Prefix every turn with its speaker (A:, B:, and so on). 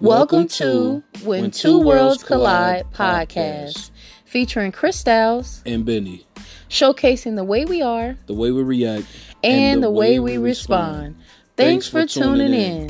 A: Welcome to When Two Worlds Collide podcast, featuring Chris Styles,
B: and Benny,
A: showcasing the way we are
B: the way we react
A: and, the, way, we respond. Thanks for tuning in.